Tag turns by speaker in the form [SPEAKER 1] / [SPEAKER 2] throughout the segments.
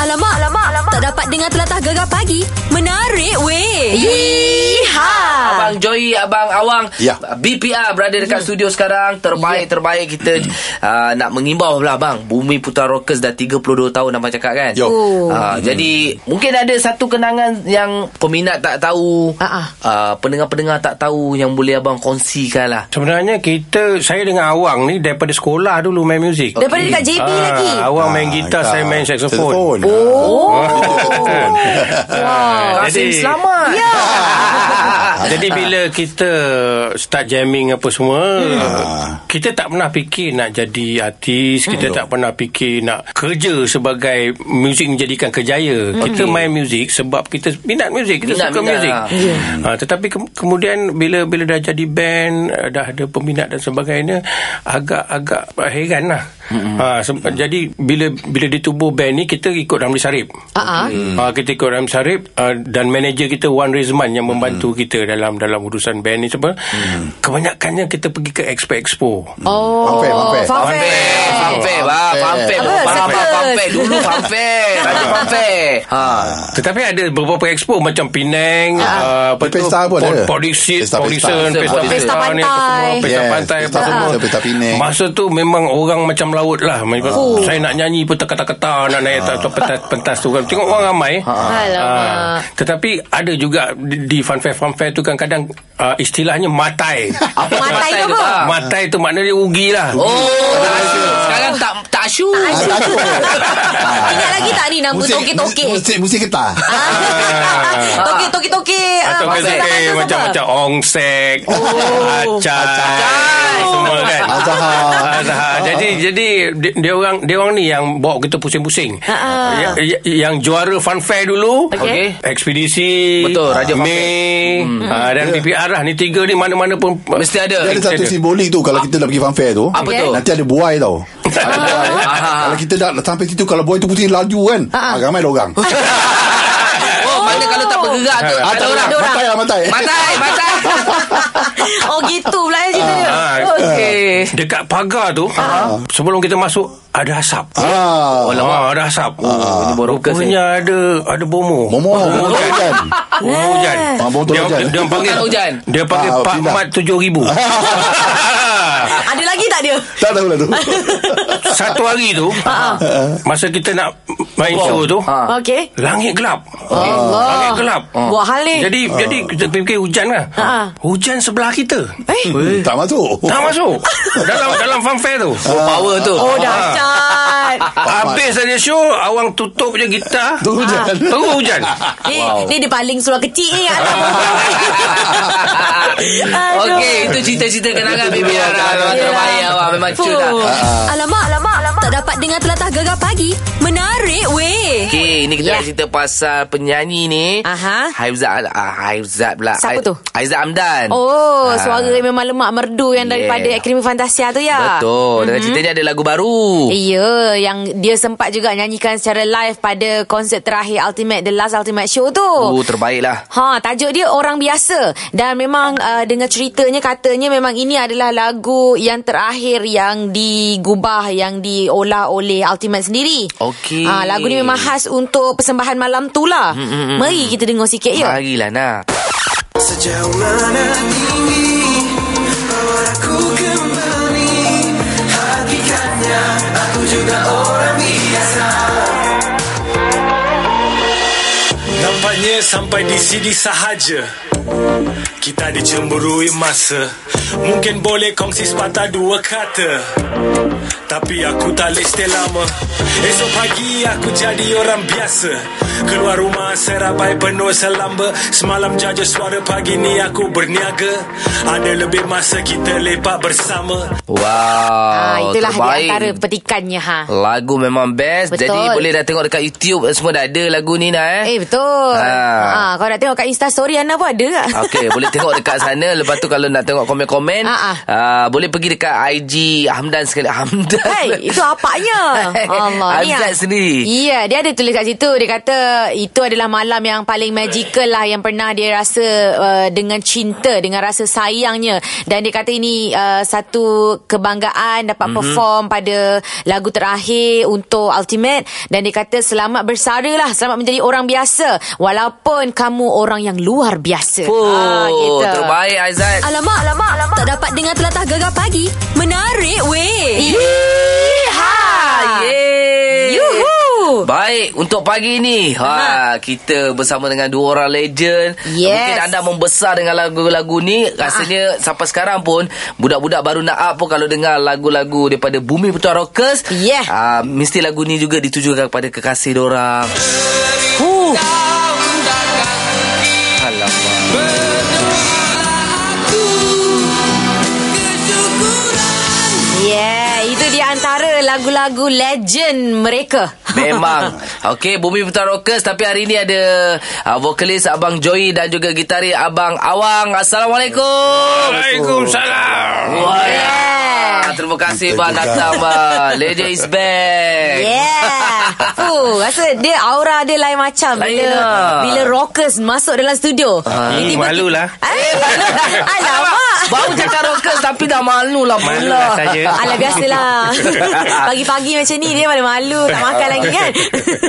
[SPEAKER 1] Alamak, alamak, alamak. Tak dapat dengar telatah gegar pagi. Menarik weh. Yeeha. Ah.
[SPEAKER 2] Abang Joy, Abang Awang
[SPEAKER 3] Ya.
[SPEAKER 2] BPR berada
[SPEAKER 1] Ya.
[SPEAKER 2] dekat studio sekarang Terbaik-terbaik kita uh, Nak mengimbau pula abang Bumi Putra Rockers dah 32 tahun abang cakap kan
[SPEAKER 3] Yo.
[SPEAKER 1] Oh.
[SPEAKER 2] Uh, Jadi mungkin ada satu kenangan yang Peminat tak tahu
[SPEAKER 1] Ah, ah.
[SPEAKER 2] uh, Pendengar-pendengar tak tahu Yang boleh abang kongsikan lah
[SPEAKER 4] Sebenarnya kita Saya dengan Awang ni Daripada sekolah dulu main muzik
[SPEAKER 1] Daripada dekat JB
[SPEAKER 4] Ah,
[SPEAKER 1] lagi.
[SPEAKER 4] Awang main
[SPEAKER 3] Ah,
[SPEAKER 4] gitar Saya main saksofon
[SPEAKER 3] Oh.
[SPEAKER 2] Wow Kasim
[SPEAKER 4] Jadi-
[SPEAKER 2] selamat Ya
[SPEAKER 4] Ah, Jadi bila kita start jamming apa semua
[SPEAKER 3] Ah.
[SPEAKER 4] Kita tak pernah fikir nak jadi artis Kita
[SPEAKER 2] Hmm.
[SPEAKER 4] tak pernah fikir nak kerja sebagai Muzik menjadikan kerjaya Kita main muzik sebab kita minat muzik Kita
[SPEAKER 2] Hmm. Minat-
[SPEAKER 4] suka
[SPEAKER 2] minat
[SPEAKER 4] muzik
[SPEAKER 2] lah.
[SPEAKER 4] ha, Tetapi ke- kemudian bila bila dah jadi band eh, Dah ada peminat dan sebagainya Agak-agak heran lah
[SPEAKER 2] Hmm.
[SPEAKER 4] ha, se- Jadi bila bila ditubuh band ni Kita ikut Ramli Sarip
[SPEAKER 1] Ah, ah.
[SPEAKER 4] Hmm. Uh, kita ikut Ram Sarip uh, dan manager kita Wan Rizman yang membantu kita dalam dalam urusan band ni semua. Hmm. Kebanyakannya kita pergi ke Expo Expo.
[SPEAKER 1] Oh.
[SPEAKER 3] Funfair, funfair.
[SPEAKER 2] Fanfare Fanfare Bang Fanfare
[SPEAKER 1] Apa, siapa?
[SPEAKER 2] Fanfare Dulu fanfare Rajin fanfare Ha
[SPEAKER 4] Tetapi ada beberapa expo macam Penang,
[SPEAKER 1] Ah.
[SPEAKER 4] uh, apa tu?
[SPEAKER 3] Pesta pun ada.
[SPEAKER 4] Production,
[SPEAKER 3] Pesta-
[SPEAKER 4] production,
[SPEAKER 2] pesta.
[SPEAKER 4] pesta,
[SPEAKER 2] Pesta
[SPEAKER 4] ni apa semua,
[SPEAKER 1] pantai.
[SPEAKER 4] pesta
[SPEAKER 3] Yes,
[SPEAKER 4] pantai,
[SPEAKER 3] pesta
[SPEAKER 4] apa semua.
[SPEAKER 3] pantai, pesta Penang. Ah.
[SPEAKER 4] Masa tu memang orang macam laut lah. Memang
[SPEAKER 1] Oh.
[SPEAKER 4] Saya nak nyanyi pun terkata-kata, nak naik atas pentas, pentas tu kan. Tengok orang ramai.
[SPEAKER 1] Alamak.
[SPEAKER 4] Ah, tetapi ada juga di, di fanfare-fanfare tu kadang-kadang uh, istilahnya matai.
[SPEAKER 2] Apa
[SPEAKER 1] Matai tu
[SPEAKER 2] tu,
[SPEAKER 1] apa?
[SPEAKER 2] Bang?
[SPEAKER 4] matai tu maknanya rugi lah.
[SPEAKER 2] Oh tak asyik. Sekarang tak Tak asyik
[SPEAKER 1] Ingat lagi tak ni nama toke-toke?
[SPEAKER 3] Ah. Musik, musik getah.
[SPEAKER 1] Toke toke toke.
[SPEAKER 4] Atau
[SPEAKER 1] Ah,
[SPEAKER 4] kata
[SPEAKER 1] masakan tu
[SPEAKER 4] macam-macam ongsek,
[SPEAKER 1] Oh.
[SPEAKER 4] acai, semua kan.
[SPEAKER 3] Azhar.
[SPEAKER 2] Ah.
[SPEAKER 4] Azhar. Jadi jadi di- dia orang dia orang ni yang bawa kita pusing-pusing.
[SPEAKER 1] Ah.
[SPEAKER 4] Ya- ya- Yang juara funfair dulu,
[SPEAKER 1] Okey.
[SPEAKER 4] ekspedisi,
[SPEAKER 2] Betul, Raja Funfair.
[SPEAKER 4] Mei, ah, dan BPR lah ni tiga ni mana-mana pun
[SPEAKER 2] Ya. Mesti ada
[SPEAKER 3] Dia ada satu simbolik tu Kalau kita dah pergi funfair tu
[SPEAKER 2] Apa tu?
[SPEAKER 3] Nanti ada buai tau Ada buai. Kalau kita dah sampai situ Kalau buai tu putih laju kan ah, Ramai ada orang
[SPEAKER 2] Oh mana kalau tak bergerak tu
[SPEAKER 3] Ah,
[SPEAKER 2] Ada
[SPEAKER 3] tak,
[SPEAKER 2] orang
[SPEAKER 3] Matai lah matai
[SPEAKER 2] Matai Matai
[SPEAKER 1] Oh gitu pula eh, cerita dia.
[SPEAKER 4] Ah,
[SPEAKER 2] Okey
[SPEAKER 4] Dekat pagar tu
[SPEAKER 1] Ah.
[SPEAKER 4] Sebelum kita masuk Ada asap
[SPEAKER 2] Oh,
[SPEAKER 3] Ah,
[SPEAKER 4] Alamak ada asap
[SPEAKER 2] ni baru kes,
[SPEAKER 4] Rupanya ada Ada bomo
[SPEAKER 3] Momo Momo kan
[SPEAKER 4] Bomo hujan
[SPEAKER 1] Eh.
[SPEAKER 3] Ah, bomo tu
[SPEAKER 4] Dia-
[SPEAKER 3] hujan.
[SPEAKER 4] Dia panggil
[SPEAKER 2] Bukan hujan.
[SPEAKER 4] Dia panggil
[SPEAKER 3] Ah,
[SPEAKER 4] Pak
[SPEAKER 3] pindah. Ah.
[SPEAKER 4] Mat 7000
[SPEAKER 1] Ada lagi tak dia?
[SPEAKER 3] Tak tahu lah tu
[SPEAKER 4] Satu hari tu
[SPEAKER 1] Ah,
[SPEAKER 4] Masa kita nak Main show tu
[SPEAKER 2] Ah.
[SPEAKER 1] Okey.
[SPEAKER 4] Langit gelap
[SPEAKER 1] Oh. Allah.
[SPEAKER 4] Langit gelap
[SPEAKER 1] Buat hal ni.
[SPEAKER 4] Ah. Jadi jadi
[SPEAKER 3] Ah.
[SPEAKER 4] kita fikir hujan lah
[SPEAKER 1] Ah.
[SPEAKER 4] Hujan sebelah kita
[SPEAKER 1] Eh.
[SPEAKER 3] Tak masuk
[SPEAKER 4] Tak masuk Dalam dalam fanfare tu
[SPEAKER 2] Oh power tu
[SPEAKER 1] Oh dahsyat.
[SPEAKER 4] Habis saja show Awang tutup je
[SPEAKER 3] Ah,
[SPEAKER 4] gitar
[SPEAKER 3] Tu hujan
[SPEAKER 4] Terus hujan
[SPEAKER 1] Ni, ni dia paling surah kecil ni kat atas Aduh.
[SPEAKER 2] Okey Itu cerita-cerita kenangan Baby Ara Memang
[SPEAKER 1] Yelah.
[SPEAKER 2] terbaik awak Memang
[SPEAKER 1] Fuh.
[SPEAKER 2] cun lah
[SPEAKER 1] Alamak, alamak, alamak. Tak dapat dengar telatah gegar pagi. Menarik weh.
[SPEAKER 2] Okey, ni kita
[SPEAKER 1] Ya.
[SPEAKER 2] yeah. nak cerita pasal penyanyi ni.
[SPEAKER 1] Aha.
[SPEAKER 2] Haizat, ah, Haizat pula.
[SPEAKER 1] Siapa
[SPEAKER 2] Hai-
[SPEAKER 1] tu?
[SPEAKER 2] Haizat Amdan.
[SPEAKER 1] Oh,
[SPEAKER 2] Ah.
[SPEAKER 1] suara memang lemak merdu yang
[SPEAKER 2] Yeah.
[SPEAKER 1] daripada Akademi Fantasia tu ya.
[SPEAKER 2] Betul. Dan ceritanya ada lagu baru.
[SPEAKER 1] Ya, yang dia sempat juga nyanyikan secara live pada konsert terakhir Ultimate The Last Ultimate Show tu.
[SPEAKER 2] Oh, terbaik lah.
[SPEAKER 1] Ha, tajuk dia orang biasa dan memang uh, dengan ceritanya katanya memang ini adalah lagu yang terakhir yang digubah yang diolah oleh Ultimate sendiri.
[SPEAKER 2] Okey.
[SPEAKER 1] Ha, lagu ni memang khas untuk persembahan malam tu lah. Hmm, hmm, hmm. Mari kita dengar sikit ya.
[SPEAKER 2] Marilah nak.
[SPEAKER 5] Sejauh mana tinggi Bawa aku kembali Hakikatnya Aku juga orang biasa
[SPEAKER 6] Nampaknya sampai di sini sahaja Kita dicemburui masa Mungkin boleh kongsi sepatah dua kata Tapi aku tak boleh stay lama Esok pagi aku jadi orang biasa Keluar rumah serabai penuh selamba Semalam jaja suara pagi ni aku berniaga Ada lebih masa kita lepak bersama
[SPEAKER 2] Wow.
[SPEAKER 1] ha, itulah di
[SPEAKER 2] terbaik.
[SPEAKER 1] antara petikannya ha.
[SPEAKER 2] Lagu memang best.
[SPEAKER 1] Betul.
[SPEAKER 2] Jadi boleh dah tengok dekat YouTube semua dah ada lagu ni dah eh.
[SPEAKER 1] Eh betul. Ah,
[SPEAKER 2] Ha.
[SPEAKER 1] kau nak tengok kat Insta story Ana pun ada tak?
[SPEAKER 2] Okey, boleh tengok dekat sana. Lepas tu kalau nak tengok komen-komen,
[SPEAKER 1] Ah, ah.
[SPEAKER 2] uh, boleh pergi dekat IG Hamdan sekali. Hamdan.
[SPEAKER 1] Hai, itu apaknya. Allah ni.
[SPEAKER 2] Azad
[SPEAKER 1] ah.
[SPEAKER 2] sendiri.
[SPEAKER 1] Ya, dia ada tulis kat situ. Dia kata itu adalah malam yang paling magical lah yang pernah dia rasa uh, dengan cinta, dengan rasa sayangnya. Dan dia kata ini uh, satu kebanggaan dapat mm-hmm. perform pada lagu terakhir untuk Ultimate dan dia kata selamat bersara lah, selamat menjadi orang biasa walaupun kamu orang yang luar biasa. Ah,
[SPEAKER 2] Oh,
[SPEAKER 1] gitu.
[SPEAKER 2] terbaik Aizat.
[SPEAKER 7] Alamak, alamak, alamak. Tak dapat dengar telatah gegar pagi. Menarik weh.
[SPEAKER 1] Yeehaw!
[SPEAKER 2] Yeay.
[SPEAKER 1] Yuhu!
[SPEAKER 2] Baik, untuk pagi ni ha, kita bersama dengan dua orang legend.
[SPEAKER 1] Yes. Ah.
[SPEAKER 2] Mungkin anda membesar dengan lagu-lagu ni, rasanya sampai sekarang pun budak-budak baru nak up pun kalau dengar lagu-lagu daripada Bumi Putra Rockers,
[SPEAKER 1] Yeah.
[SPEAKER 2] ah, mesti lagu ni juga ditujukan kepada kekasih dorang.
[SPEAKER 1] Huh.
[SPEAKER 2] Alamak.
[SPEAKER 1] Yeah, itu dia antara lagu-lagu legend mereka.
[SPEAKER 2] Memang. Okey, Bumi Putra Rockers tapi hari ni ada uh, vokalis Abang Joy dan juga gitaris Abang Awang. Assalamualaikum.
[SPEAKER 4] Waalaikumsalam.
[SPEAKER 2] Wah,
[SPEAKER 1] Ya.
[SPEAKER 2] yeah. Oh, ya. Terima kasih
[SPEAKER 3] Kita
[SPEAKER 2] bang
[SPEAKER 3] juga.
[SPEAKER 2] datang bang. Legend is back.
[SPEAKER 1] Yeah. Fuh, rasa dia aura dia lain macam
[SPEAKER 2] Lain
[SPEAKER 1] bila
[SPEAKER 2] lah. Ah,
[SPEAKER 1] bila rockers masuk dalam studio.
[SPEAKER 4] Hmm,
[SPEAKER 1] Tiba-tiba-
[SPEAKER 4] malulah.
[SPEAKER 1] Ay, Alamak.
[SPEAKER 2] Baru cakap rockers tapi dah malu lah pula.
[SPEAKER 4] Malulah saya.
[SPEAKER 1] Alah biasalah. Pagi-pagi macam ni dia malu-malu tak makan lagi kan.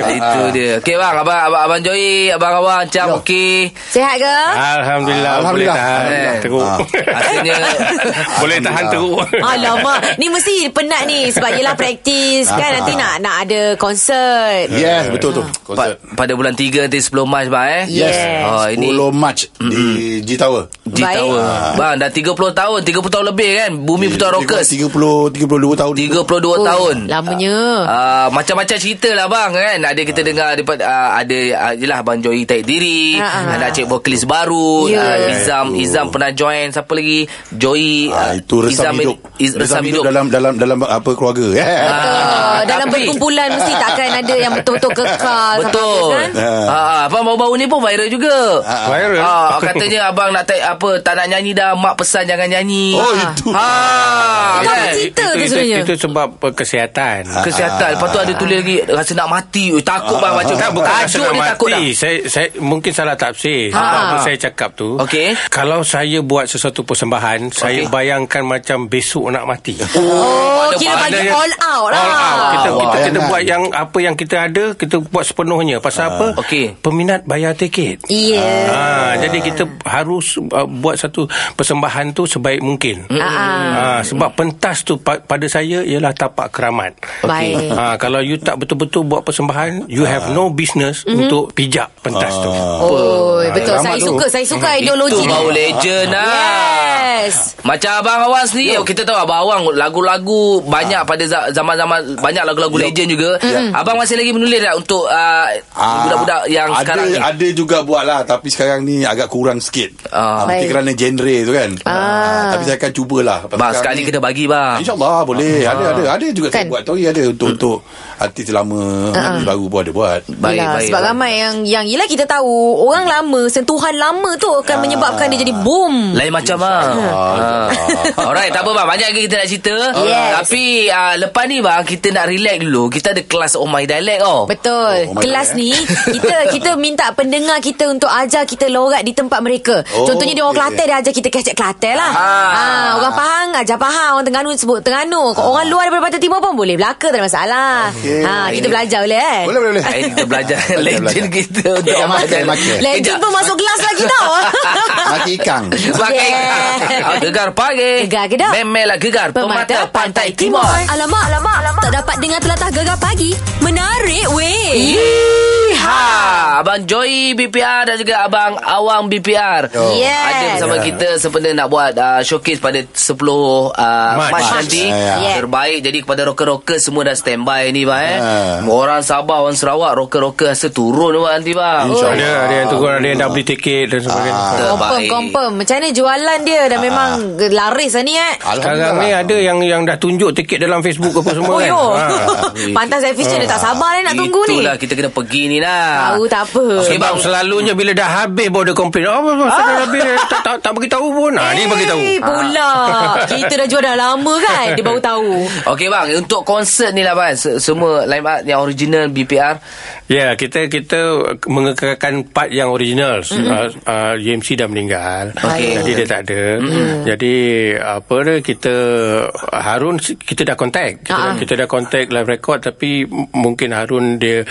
[SPEAKER 2] Itu dia. Okey bang, abang abang, abang Joy, abang Awang, Cam, okey.
[SPEAKER 1] Sihat ke?
[SPEAKER 4] Alhamdulillah,
[SPEAKER 3] Alhamdulillah. Ah.
[SPEAKER 4] boleh tahan
[SPEAKER 2] Eh.
[SPEAKER 4] teruk.
[SPEAKER 1] Eh,
[SPEAKER 2] Akhirnya
[SPEAKER 4] boleh tahan teruk.
[SPEAKER 1] Alamak Ni mesti penat ni Sebab yelah praktis
[SPEAKER 2] Ah.
[SPEAKER 1] Kan nanti nak nak ada konsert
[SPEAKER 3] Yes, betul tu.
[SPEAKER 2] pa-
[SPEAKER 3] Konsert.
[SPEAKER 2] pada bulan 3 nanti 10 Mac bang eh.
[SPEAKER 1] Yes.
[SPEAKER 2] Oh, ini
[SPEAKER 3] 10 Mac di G Tower.
[SPEAKER 2] G
[SPEAKER 1] Baik. Ah.
[SPEAKER 2] Tower. Bang dah 30 tahun, 30 tahun lebih kan Bumi Putra Rockers.
[SPEAKER 3] 30 32 tahun.
[SPEAKER 2] 32
[SPEAKER 1] Ui,
[SPEAKER 2] tahun.
[SPEAKER 1] Lamanya
[SPEAKER 2] Uh, macam-macam cerita lah bang kan ada
[SPEAKER 1] Ah.
[SPEAKER 2] kita dengar daripada uh, ada uh, jelah abang Joy taik diri
[SPEAKER 1] Ha, ha.
[SPEAKER 2] ada cik vokalis baru
[SPEAKER 1] Ya.
[SPEAKER 2] yeah. uh, Izam Izam pernah join siapa lagi Joy
[SPEAKER 3] Ah, itu resam hidup.
[SPEAKER 2] Iz, resam, hidup,
[SPEAKER 3] dalam dalam dalam apa keluarga. Eh.
[SPEAKER 1] Betul.
[SPEAKER 2] Ah,
[SPEAKER 1] Dalam
[SPEAKER 2] tapi-
[SPEAKER 1] perkumpulan mesti takkan ada yang betul-betul kekal sampai
[SPEAKER 2] Betul.
[SPEAKER 1] habis, kan?
[SPEAKER 2] Ha ah, abang baru-baru ni pun viral juga.
[SPEAKER 3] Ah,
[SPEAKER 4] viral?
[SPEAKER 2] Ah, katanya abang nak tak apa tak nak nyanyi dah mak pesan jangan nyanyi.
[SPEAKER 1] Ah.
[SPEAKER 3] Oh, itu.
[SPEAKER 2] Ha.
[SPEAKER 1] Itu apa
[SPEAKER 2] kan?
[SPEAKER 1] cerita? Itu- tu
[SPEAKER 4] itu,
[SPEAKER 1] sebenarnya.
[SPEAKER 4] itu, sebab uh, kesihatan.
[SPEAKER 2] Ah. Kesihatan Lepas tu ada tulis lagi Rasa nak mati Oi, Takut
[SPEAKER 3] Ah.
[SPEAKER 2] bang baca
[SPEAKER 3] Kan,
[SPEAKER 4] Tak bukan rasa
[SPEAKER 2] Tajuk
[SPEAKER 4] nak
[SPEAKER 2] ni Ah, takut dah
[SPEAKER 4] mati. Saya, saya mungkin salah tafsir. Ha. Apa saya cakap tu.
[SPEAKER 2] Okey.
[SPEAKER 4] Kalau saya buat sesuatu persembahan, saya bayangkan macam besok nak mati.
[SPEAKER 1] Oh, kira
[SPEAKER 2] Ada-
[SPEAKER 1] bagi
[SPEAKER 4] Adanya-
[SPEAKER 1] all out lah.
[SPEAKER 4] All out. Kita
[SPEAKER 3] Wah,
[SPEAKER 4] kita, kita
[SPEAKER 3] bayangan.
[SPEAKER 4] buat yang apa yang kita ada, kita buat sepenuhnya. Pasal apa?
[SPEAKER 2] Okey.
[SPEAKER 4] Peminat bayar tiket.
[SPEAKER 1] Ya.
[SPEAKER 4] Ha, jadi kita harus uh, buat satu persembahan tu sebaik mungkin.
[SPEAKER 1] Ah,
[SPEAKER 4] Ha, sebab pentas tu pa- pada saya ialah tapak keramat.
[SPEAKER 1] Baik.
[SPEAKER 4] Ha, kalau you tak betul-betul buat persembahan, you have no business
[SPEAKER 1] Mhm.
[SPEAKER 4] untuk pijak pentas tu.
[SPEAKER 1] Oh, betul.
[SPEAKER 4] Alamak
[SPEAKER 1] Saya
[SPEAKER 4] tu.
[SPEAKER 1] suka. Saya suka ideologi
[SPEAKER 2] Itu
[SPEAKER 1] ni.
[SPEAKER 2] baru legend lah
[SPEAKER 1] Yes.
[SPEAKER 2] Macam Abang Awang sendiri Yo. Kita tahu Abang Awang Lagu-lagu
[SPEAKER 3] Ah.
[SPEAKER 2] Banyak pada za- zaman-zaman Banyak lagu-lagu legend juga Ya. Abang masih lagi menulis tak Untuk uh,
[SPEAKER 3] Ah,
[SPEAKER 2] Budak-budak yang
[SPEAKER 3] ada,
[SPEAKER 2] sekarang ni
[SPEAKER 3] Ada juga buat lah Tapi sekarang ni agak kurang sikit
[SPEAKER 2] Ah.
[SPEAKER 3] ah, Mungkin
[SPEAKER 1] Baik.
[SPEAKER 3] kerana genre tu kan ah, Tapi saya akan cubalah
[SPEAKER 2] Bang Ah. sekali kena bagi bang
[SPEAKER 3] InsyaAllah boleh Ada ada ada juga
[SPEAKER 1] Kan? Ah.
[SPEAKER 3] saya buat Tapi ada untuk
[SPEAKER 2] Hmm.
[SPEAKER 3] untuk Artis lama Artis baru pun ada buat
[SPEAKER 2] Baik,
[SPEAKER 1] Yelah,
[SPEAKER 2] baik,
[SPEAKER 1] sebab
[SPEAKER 2] baik.
[SPEAKER 1] ramai yang yang yelah kita tahu orang lama sentuhan lama tu akan
[SPEAKER 3] Ah.
[SPEAKER 1] menyebabkan dia jadi boom.
[SPEAKER 2] Lain macam bang ah. Alright tak apa bang Banyak lagi kita nak cerita
[SPEAKER 1] Yes.
[SPEAKER 2] Tapi uh, Lepas ni bang Kita nak relax dulu Kita ada kelas Oh My Dialect oh.
[SPEAKER 1] Betul.
[SPEAKER 3] Oh, oh my
[SPEAKER 1] Kelas
[SPEAKER 3] God, eh.
[SPEAKER 1] ni kita kita minta pendengar kita untuk ajar kita lorat di tempat mereka.
[SPEAKER 3] Oh,
[SPEAKER 1] Contohnya dia orang
[SPEAKER 3] okey.
[SPEAKER 1] Kelantan dia ajar kita kecek Kelantan lah.
[SPEAKER 2] Ah.
[SPEAKER 1] Ah. orang Pahang ajar Pahang, orang Terengganu sebut Terengganu. Orang luar daripada Pantai Timur pun boleh Melaka tak ada masalah.
[SPEAKER 3] Ah. Okey.
[SPEAKER 1] Ha, kita belajar boleh kan?
[SPEAKER 3] Boleh boleh boleh
[SPEAKER 2] Hari ni kita belajar
[SPEAKER 3] Belajar,
[SPEAKER 2] Legend
[SPEAKER 3] belajar.
[SPEAKER 2] kita Untuk
[SPEAKER 3] Jangan
[SPEAKER 2] Oh My
[SPEAKER 3] makan,
[SPEAKER 2] Dialect.
[SPEAKER 3] makan.
[SPEAKER 1] Legend
[SPEAKER 2] Kejap.
[SPEAKER 1] pun masuk kelas lagi tau.
[SPEAKER 3] Maki ikang
[SPEAKER 2] Pakai
[SPEAKER 1] Yeah.
[SPEAKER 2] yeah. Gegar pagi
[SPEAKER 1] Gegar ke tak?
[SPEAKER 2] Memelah gegar Pemata Pantai Timur
[SPEAKER 7] Alamak, alamak, alamak. Tak dapat dengar telatah gegar pagi. Menarik weh.
[SPEAKER 2] Ha, Abang Joy BPR dan juga Abang Awang BPR
[SPEAKER 3] Oh.
[SPEAKER 1] Yes.
[SPEAKER 2] Ada bersama
[SPEAKER 3] Yeah.
[SPEAKER 2] kita sebenarnya nak buat uh, showcase pada 10 uh, March,
[SPEAKER 4] March.
[SPEAKER 2] March
[SPEAKER 4] March.
[SPEAKER 2] nanti
[SPEAKER 3] Yeah.
[SPEAKER 1] Yeah.
[SPEAKER 2] Terbaik Jadi kepada rocker-rocker semua dah standby ni bang eh.
[SPEAKER 3] Yeah.
[SPEAKER 2] Orang Sabah, orang Sarawak Rocker-rocker rasa turun bang, nanti bang
[SPEAKER 3] InsyaAllah.
[SPEAKER 4] Ada ada yang tegur, ada yang dah beli tiket dan sebagainya.
[SPEAKER 2] Ah.
[SPEAKER 1] Confirm,
[SPEAKER 2] Terbaik.
[SPEAKER 1] confirm. Macam mana jualan dia
[SPEAKER 4] Ah,
[SPEAKER 1] dah memang laris lah ni eh.
[SPEAKER 4] Sekarang ni ada yang yang dah tunjuk tiket dalam Facebook apa semua
[SPEAKER 1] Oh
[SPEAKER 4] kan. Ah,
[SPEAKER 1] yo.
[SPEAKER 4] Ha.
[SPEAKER 1] Pantas efisien dia tak sabar dia nak tunggu ni.
[SPEAKER 2] Itulah kita kena pergi ni lah
[SPEAKER 1] Tahu tak apa?
[SPEAKER 2] Okey,
[SPEAKER 4] Sebab
[SPEAKER 2] bang.
[SPEAKER 4] selalunya bila dah habis baru dia komplain. Oh, bang, saya dah habis dia tak tak, tak beritahu Ah. pun. Ha, ni bagi tahu.
[SPEAKER 1] Eh, pula. Kita dah jual dah lama kan? Dia baru tahu.
[SPEAKER 2] Okey bang, untuk konsert ni lah bang. Se- Semua line up yang original BPR.
[SPEAKER 4] Ya, kita kita mengekalkan part yang original. Mm-hmm. Uh, uh, UMC dah meninggal.
[SPEAKER 2] Okey.
[SPEAKER 4] Jadi dia tak ada. Mm-hmm. Jadi apa dia kita Harun kita dah contact. Kita, uh-huh. kita dah contact live record tapi m- mungkin Harun dia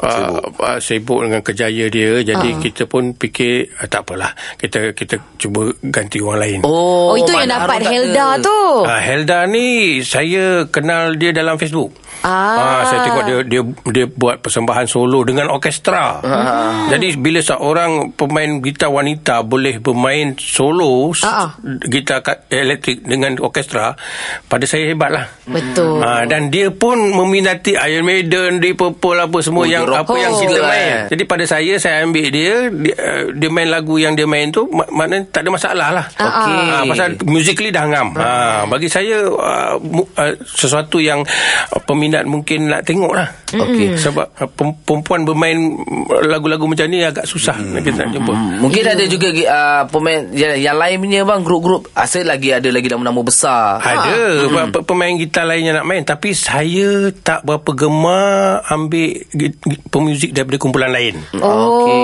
[SPEAKER 4] uh, uh, sibuk dengan kerjaya dia. Jadi uh-huh. kita pun fikir uh, tak apalah. Kita kita cuba ganti orang lain.
[SPEAKER 1] Oh, itu yang
[SPEAKER 2] Mat
[SPEAKER 1] dapat
[SPEAKER 2] Harun tak
[SPEAKER 1] Helda
[SPEAKER 2] ada.
[SPEAKER 1] tu.
[SPEAKER 4] Ah, Helda ni saya kenal dia dalam Facebook.
[SPEAKER 1] Ah.
[SPEAKER 4] saya tengok dia dia dia buat persembahan solo dengan orkestra. Ah. Jadi bila seorang pemain gitar wanita boleh bermain solo
[SPEAKER 1] Ah.
[SPEAKER 4] ah. gitar ka- elektrik dengan orkestra, pada saya hebatlah.
[SPEAKER 1] Betul.
[SPEAKER 4] Ah, dan dia pun meminati Iron Maiden, Deep Purple apa
[SPEAKER 2] Oh,
[SPEAKER 4] semua yang
[SPEAKER 2] dia
[SPEAKER 4] apa
[SPEAKER 2] rocker
[SPEAKER 4] yang kita
[SPEAKER 2] juga,
[SPEAKER 4] main.
[SPEAKER 2] eh.
[SPEAKER 4] Jadi pada saya saya ambil dia dia, uh, dia main lagu yang dia main tu mak- maknanya tak ada masalah lah.
[SPEAKER 2] Okey.
[SPEAKER 4] Ah, pasal musically dah ngam. Ha, bagi saya uh, mu, uh, sesuatu yang uh, peminat mungkin nak tengok lah.
[SPEAKER 2] Okey.
[SPEAKER 4] Sebab uh, pem- perempuan bermain mm, lagu-lagu macam ni agak susah mm. kita nak jumpa.
[SPEAKER 2] Mungkin
[SPEAKER 1] Hmm.
[SPEAKER 2] ada juga uh, pemain yang, yang lain punya bang grup-grup asal lagi ada lagi nama-nama besar.
[SPEAKER 4] Ada hmm. pemain gitar lain yang nak main tapi saya tak berapa gemar ambil gi- gi- pemuzik daripada kumpulan lain.
[SPEAKER 1] Oh.
[SPEAKER 2] Ah, Okey.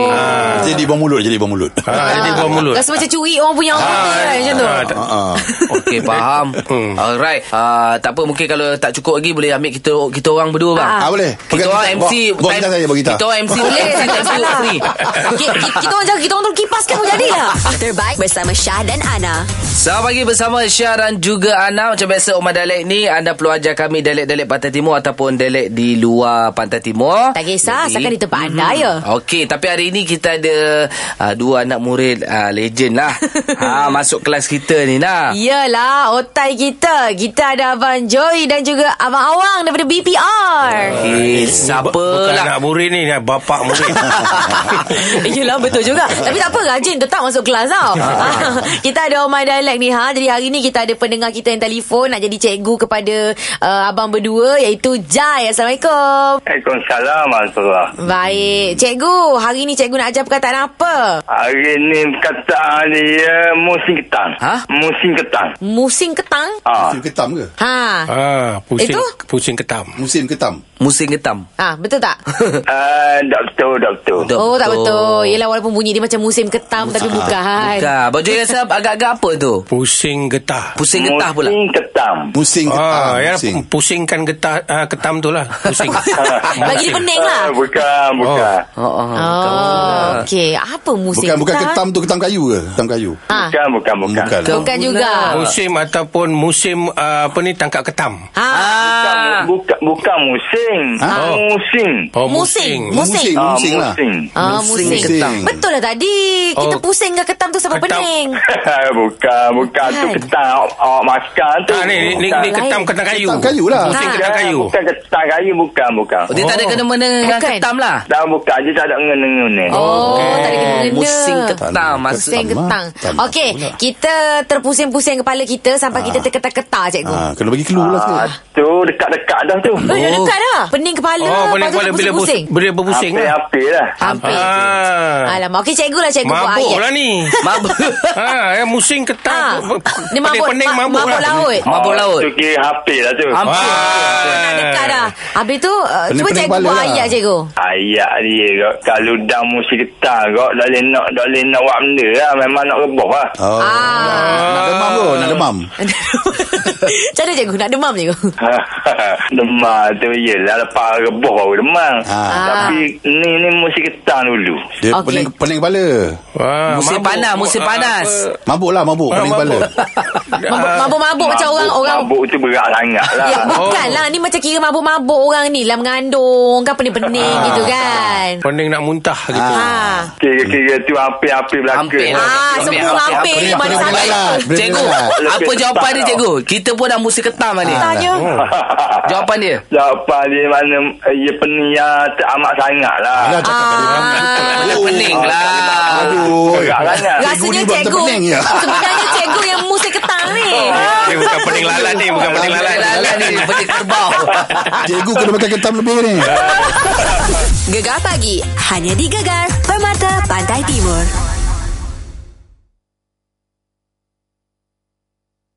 [SPEAKER 3] Jadi buang mulut Jadi buang mulut
[SPEAKER 4] Ha, jadi buang mulut.
[SPEAKER 1] Rasa macam curi orang punya orang kan? Macam tu.
[SPEAKER 4] Ah, tak-
[SPEAKER 3] Ah, ah.
[SPEAKER 2] Okey faham.
[SPEAKER 4] Hmm.
[SPEAKER 2] Alright. Uh, tak apa mungkin kalau tak cukup lagi boleh ambil kita kita orang berdua bang.
[SPEAKER 3] Ah, boleh.
[SPEAKER 2] Kita
[SPEAKER 3] Pegang-
[SPEAKER 2] orang MC
[SPEAKER 3] bawa- bawa gitar saya, bawa gitar.
[SPEAKER 2] Kita orang MC
[SPEAKER 1] Boleh,
[SPEAKER 2] MC
[SPEAKER 1] tak
[SPEAKER 2] time
[SPEAKER 1] salah.
[SPEAKER 2] free.
[SPEAKER 1] Ki- ki- Kita orang jaga, kita orang terus kipas kan pun jadilah.
[SPEAKER 7] Terbaik bersama Syah dan Ana.
[SPEAKER 2] Selamat pagi bersama Syah dan juga Ana Macam biasa Umar Dalek ni Anda perlu ajar kami Dalek-dalek Pantai Timur Ataupun dalek di luar Pantai Timur
[SPEAKER 1] Tak kisah, asalkan di
[SPEAKER 4] Mhm.
[SPEAKER 1] tempat anda ya.
[SPEAKER 2] Okey, tapi hari ini kita ada uh, dua anak murid uh, legend lah. ha, masuk kelas kita ni lah.
[SPEAKER 1] Yelah, otai kita. Kita ada Abang Joy dan juga Abang Awang daripada BPR.
[SPEAKER 2] Eh, siapa
[SPEAKER 4] Bukan
[SPEAKER 2] lah.
[SPEAKER 4] anak murid ni, ni bapak murid.
[SPEAKER 1] Yelah, betul juga. Tapi tak apa, rajin tetap masuk kelas tau. kita ada Oh My Dialect ni ha. Jadi hari ni kita ada pendengar kita yang telefon nak jadi cikgu kepada uh, abang berdua iaitu Jai. Assalamualaikum.
[SPEAKER 8] Waalaikumsalam warahmatullahi
[SPEAKER 1] Baik. Cikgu, hari ni cikgu nak ajar perkataan apa?
[SPEAKER 8] Hari ni perkataan dia musim ketang.
[SPEAKER 2] Ha?
[SPEAKER 8] Musim ketang.
[SPEAKER 1] Musim ketang?
[SPEAKER 8] Ah.
[SPEAKER 3] Musim ketam ke
[SPEAKER 1] Ha.
[SPEAKER 4] ah, pusing,
[SPEAKER 1] Itu?
[SPEAKER 4] pusing ketam.
[SPEAKER 3] Musim ketam
[SPEAKER 2] Musim getam.
[SPEAKER 1] Ha, betul tak?
[SPEAKER 8] Uh, doktor, doktor.
[SPEAKER 2] Tak
[SPEAKER 1] oh, tak
[SPEAKER 2] betul.
[SPEAKER 1] betul. Yelah, walaupun bunyi dia macam musim ketam tapi bukan.
[SPEAKER 2] Bukan. Baju rasa agak-agak apa tu?
[SPEAKER 4] Pusing getah.
[SPEAKER 2] Pusing getah pula.
[SPEAKER 8] Musim ketang.
[SPEAKER 3] Musim ketam
[SPEAKER 4] Ah, ya,
[SPEAKER 3] Musim
[SPEAKER 4] pusingkan getah ah, ketam tu lah. Pusing.
[SPEAKER 1] Bagi dia pening lah.
[SPEAKER 8] Ah, bukan, bukan.
[SPEAKER 2] Oh, oh.
[SPEAKER 1] Oh, okey. Apa musim
[SPEAKER 3] Bukan bukan
[SPEAKER 1] ketam?
[SPEAKER 3] ketam tu ketam kayu ke Ketam kayu
[SPEAKER 2] Ah.
[SPEAKER 1] Ha.
[SPEAKER 8] Bukan, bukan, Ah, bukan.
[SPEAKER 3] Bukan.
[SPEAKER 1] Bukan juga.
[SPEAKER 4] musim ataupun musim ah, apa ni tangkap ketam.
[SPEAKER 1] Ha.
[SPEAKER 8] Bukan,
[SPEAKER 2] Ah.
[SPEAKER 8] bukan, bukan musim.
[SPEAKER 3] Ha?
[SPEAKER 8] Ah, Musim.
[SPEAKER 4] Oh,
[SPEAKER 1] Musim.
[SPEAKER 4] musim.
[SPEAKER 1] Musing.
[SPEAKER 3] Musing
[SPEAKER 8] Ah,
[SPEAKER 3] Musing lah
[SPEAKER 8] musim.
[SPEAKER 1] Ah,
[SPEAKER 2] Musim
[SPEAKER 1] musim.
[SPEAKER 3] ketang.
[SPEAKER 1] Betul lah tadi. Kita
[SPEAKER 4] Oh.
[SPEAKER 1] pusing ke ketam tu sampai
[SPEAKER 4] Ketam.
[SPEAKER 1] pening.
[SPEAKER 8] bukan, bukan. Tu
[SPEAKER 1] Bukan.
[SPEAKER 8] ketang awak- awak makan tu.
[SPEAKER 4] Ah, ni, ni, ni, ni ketam ketam kayu.
[SPEAKER 3] Ketam kayu lah.
[SPEAKER 2] Ah.
[SPEAKER 4] Pusing
[SPEAKER 1] Ha.
[SPEAKER 4] ketam kayu.
[SPEAKER 8] Bukan ketang kayu, bukan, bukan.
[SPEAKER 2] Dia tak ada
[SPEAKER 4] Oh.
[SPEAKER 2] kena-mena dengan
[SPEAKER 1] Bukan.
[SPEAKER 2] ketam lah.
[SPEAKER 8] Dah bukan, dia tak ada ngena-ngena.
[SPEAKER 1] Oh, tak ada kena
[SPEAKER 2] Musim ketam. Maksud
[SPEAKER 1] Pusing ketang.
[SPEAKER 3] Ketam.
[SPEAKER 1] Okey,
[SPEAKER 3] Pula.
[SPEAKER 1] kita terpusing-pusing kepala kita sampai kita terketar-ketar, cikgu.
[SPEAKER 3] Ah, kena bagi clue lah
[SPEAKER 8] Ah,
[SPEAKER 3] sikit.
[SPEAKER 8] tu dekat-dekat dah tu.
[SPEAKER 1] Eh, dah dekat dah. Pening kepala,
[SPEAKER 4] Oh, boleh
[SPEAKER 1] lepas tu
[SPEAKER 4] boleh bila
[SPEAKER 1] terpusing-pusing.
[SPEAKER 4] pusing. Bila berpusing lah.
[SPEAKER 8] Hampir-hampir lah.
[SPEAKER 1] Hampir.
[SPEAKER 4] Ah.
[SPEAKER 1] Alamak, okey cikgu lah cikgu buat
[SPEAKER 4] Mabuk
[SPEAKER 1] ayat.
[SPEAKER 4] lah ni.
[SPEAKER 2] Mabuk.
[SPEAKER 4] ha, yang musim
[SPEAKER 1] Ah,
[SPEAKER 4] ketam.
[SPEAKER 1] Dia mabuk,
[SPEAKER 4] Pening-pening
[SPEAKER 1] ma-
[SPEAKER 4] mabuk,
[SPEAKER 1] mabuk
[SPEAKER 4] lah.
[SPEAKER 1] laut.
[SPEAKER 2] Mabuk laut.
[SPEAKER 8] Ah, Tu kira hampir lah tu.
[SPEAKER 2] Hampir.
[SPEAKER 4] Ah.
[SPEAKER 1] Dah dekat dah. Habis tu, uh, cuba
[SPEAKER 3] Pening-pening
[SPEAKER 1] cikgu
[SPEAKER 3] kepala
[SPEAKER 1] buat
[SPEAKER 3] lah.
[SPEAKER 1] ayat, cikgu.
[SPEAKER 8] Ayak dia kot. Kalau dah musim getah kot, dah boleh nak, dah boleh nak buat benda lah. Memang nak reboh lah.
[SPEAKER 3] Oh.
[SPEAKER 1] Ah.
[SPEAKER 3] Nak demam tu, nak demam.
[SPEAKER 1] Macam mana cikgu? Nak demam cikgu?
[SPEAKER 8] demam tu yelah lepas reboh baru demam.
[SPEAKER 2] Ah.
[SPEAKER 3] Ha.
[SPEAKER 8] Tapi ni ni musim getah dulu.
[SPEAKER 3] Dia
[SPEAKER 1] Okey.
[SPEAKER 3] pening, pening kepala.
[SPEAKER 4] Wah,
[SPEAKER 2] Musim panas, musim
[SPEAKER 4] Ah,
[SPEAKER 2] panas.
[SPEAKER 4] apa?
[SPEAKER 3] Mabuk lah, mabuk.
[SPEAKER 4] Ah,
[SPEAKER 3] Pening kepala.
[SPEAKER 4] mabuk.
[SPEAKER 1] Mabuk- Mabuk-mabuk macam orang orang
[SPEAKER 8] Mabuk lah. tu berat sangat lah.
[SPEAKER 1] Ya, bukan lah. Ni macam kira mabuk-mabuk orang ni. Lah mengandung. Kan pening-pening gitu kan.
[SPEAKER 4] Pening nak muntah gitu.
[SPEAKER 1] Ha.
[SPEAKER 8] Kira-kira tu hampir-hampir belaka.
[SPEAKER 2] Hampir lah.
[SPEAKER 1] Ah,
[SPEAKER 2] Okey,
[SPEAKER 1] semua
[SPEAKER 2] okey,
[SPEAKER 1] hampir.
[SPEAKER 2] okey.
[SPEAKER 1] Ni mana
[SPEAKER 2] Okey,
[SPEAKER 1] salah.
[SPEAKER 2] baiklah.
[SPEAKER 3] Boleh
[SPEAKER 2] Cikgu,
[SPEAKER 3] dengar.
[SPEAKER 2] apa
[SPEAKER 8] Lebih
[SPEAKER 2] jawapan dia
[SPEAKER 8] ketam
[SPEAKER 2] cikgu? Kita pun dah musim ketam ni.
[SPEAKER 1] Tanya. Ah.
[SPEAKER 2] Jawapan dia?
[SPEAKER 8] Jawapan dia mana eh, ia peniak teramat sangat lah.
[SPEAKER 3] Alah, cakap tadi.
[SPEAKER 1] Ah.
[SPEAKER 2] Pening lah.
[SPEAKER 3] Aduh.
[SPEAKER 8] Berat sangat.
[SPEAKER 1] Rasanya
[SPEAKER 3] Cikgu ni buat
[SPEAKER 1] cikgu
[SPEAKER 3] terpening ya.
[SPEAKER 1] Sebenarnya cikgu yang musim pening ketang ni.
[SPEAKER 9] Ni bukan pening lalat ni Bukan pening lalat
[SPEAKER 2] Lalat ni Pening kerbau
[SPEAKER 3] Cikgu kena makan ketam lebih ni.
[SPEAKER 4] Ah.
[SPEAKER 1] Gegar pagi. Hanya di Gegar. Permata Pantai Timur.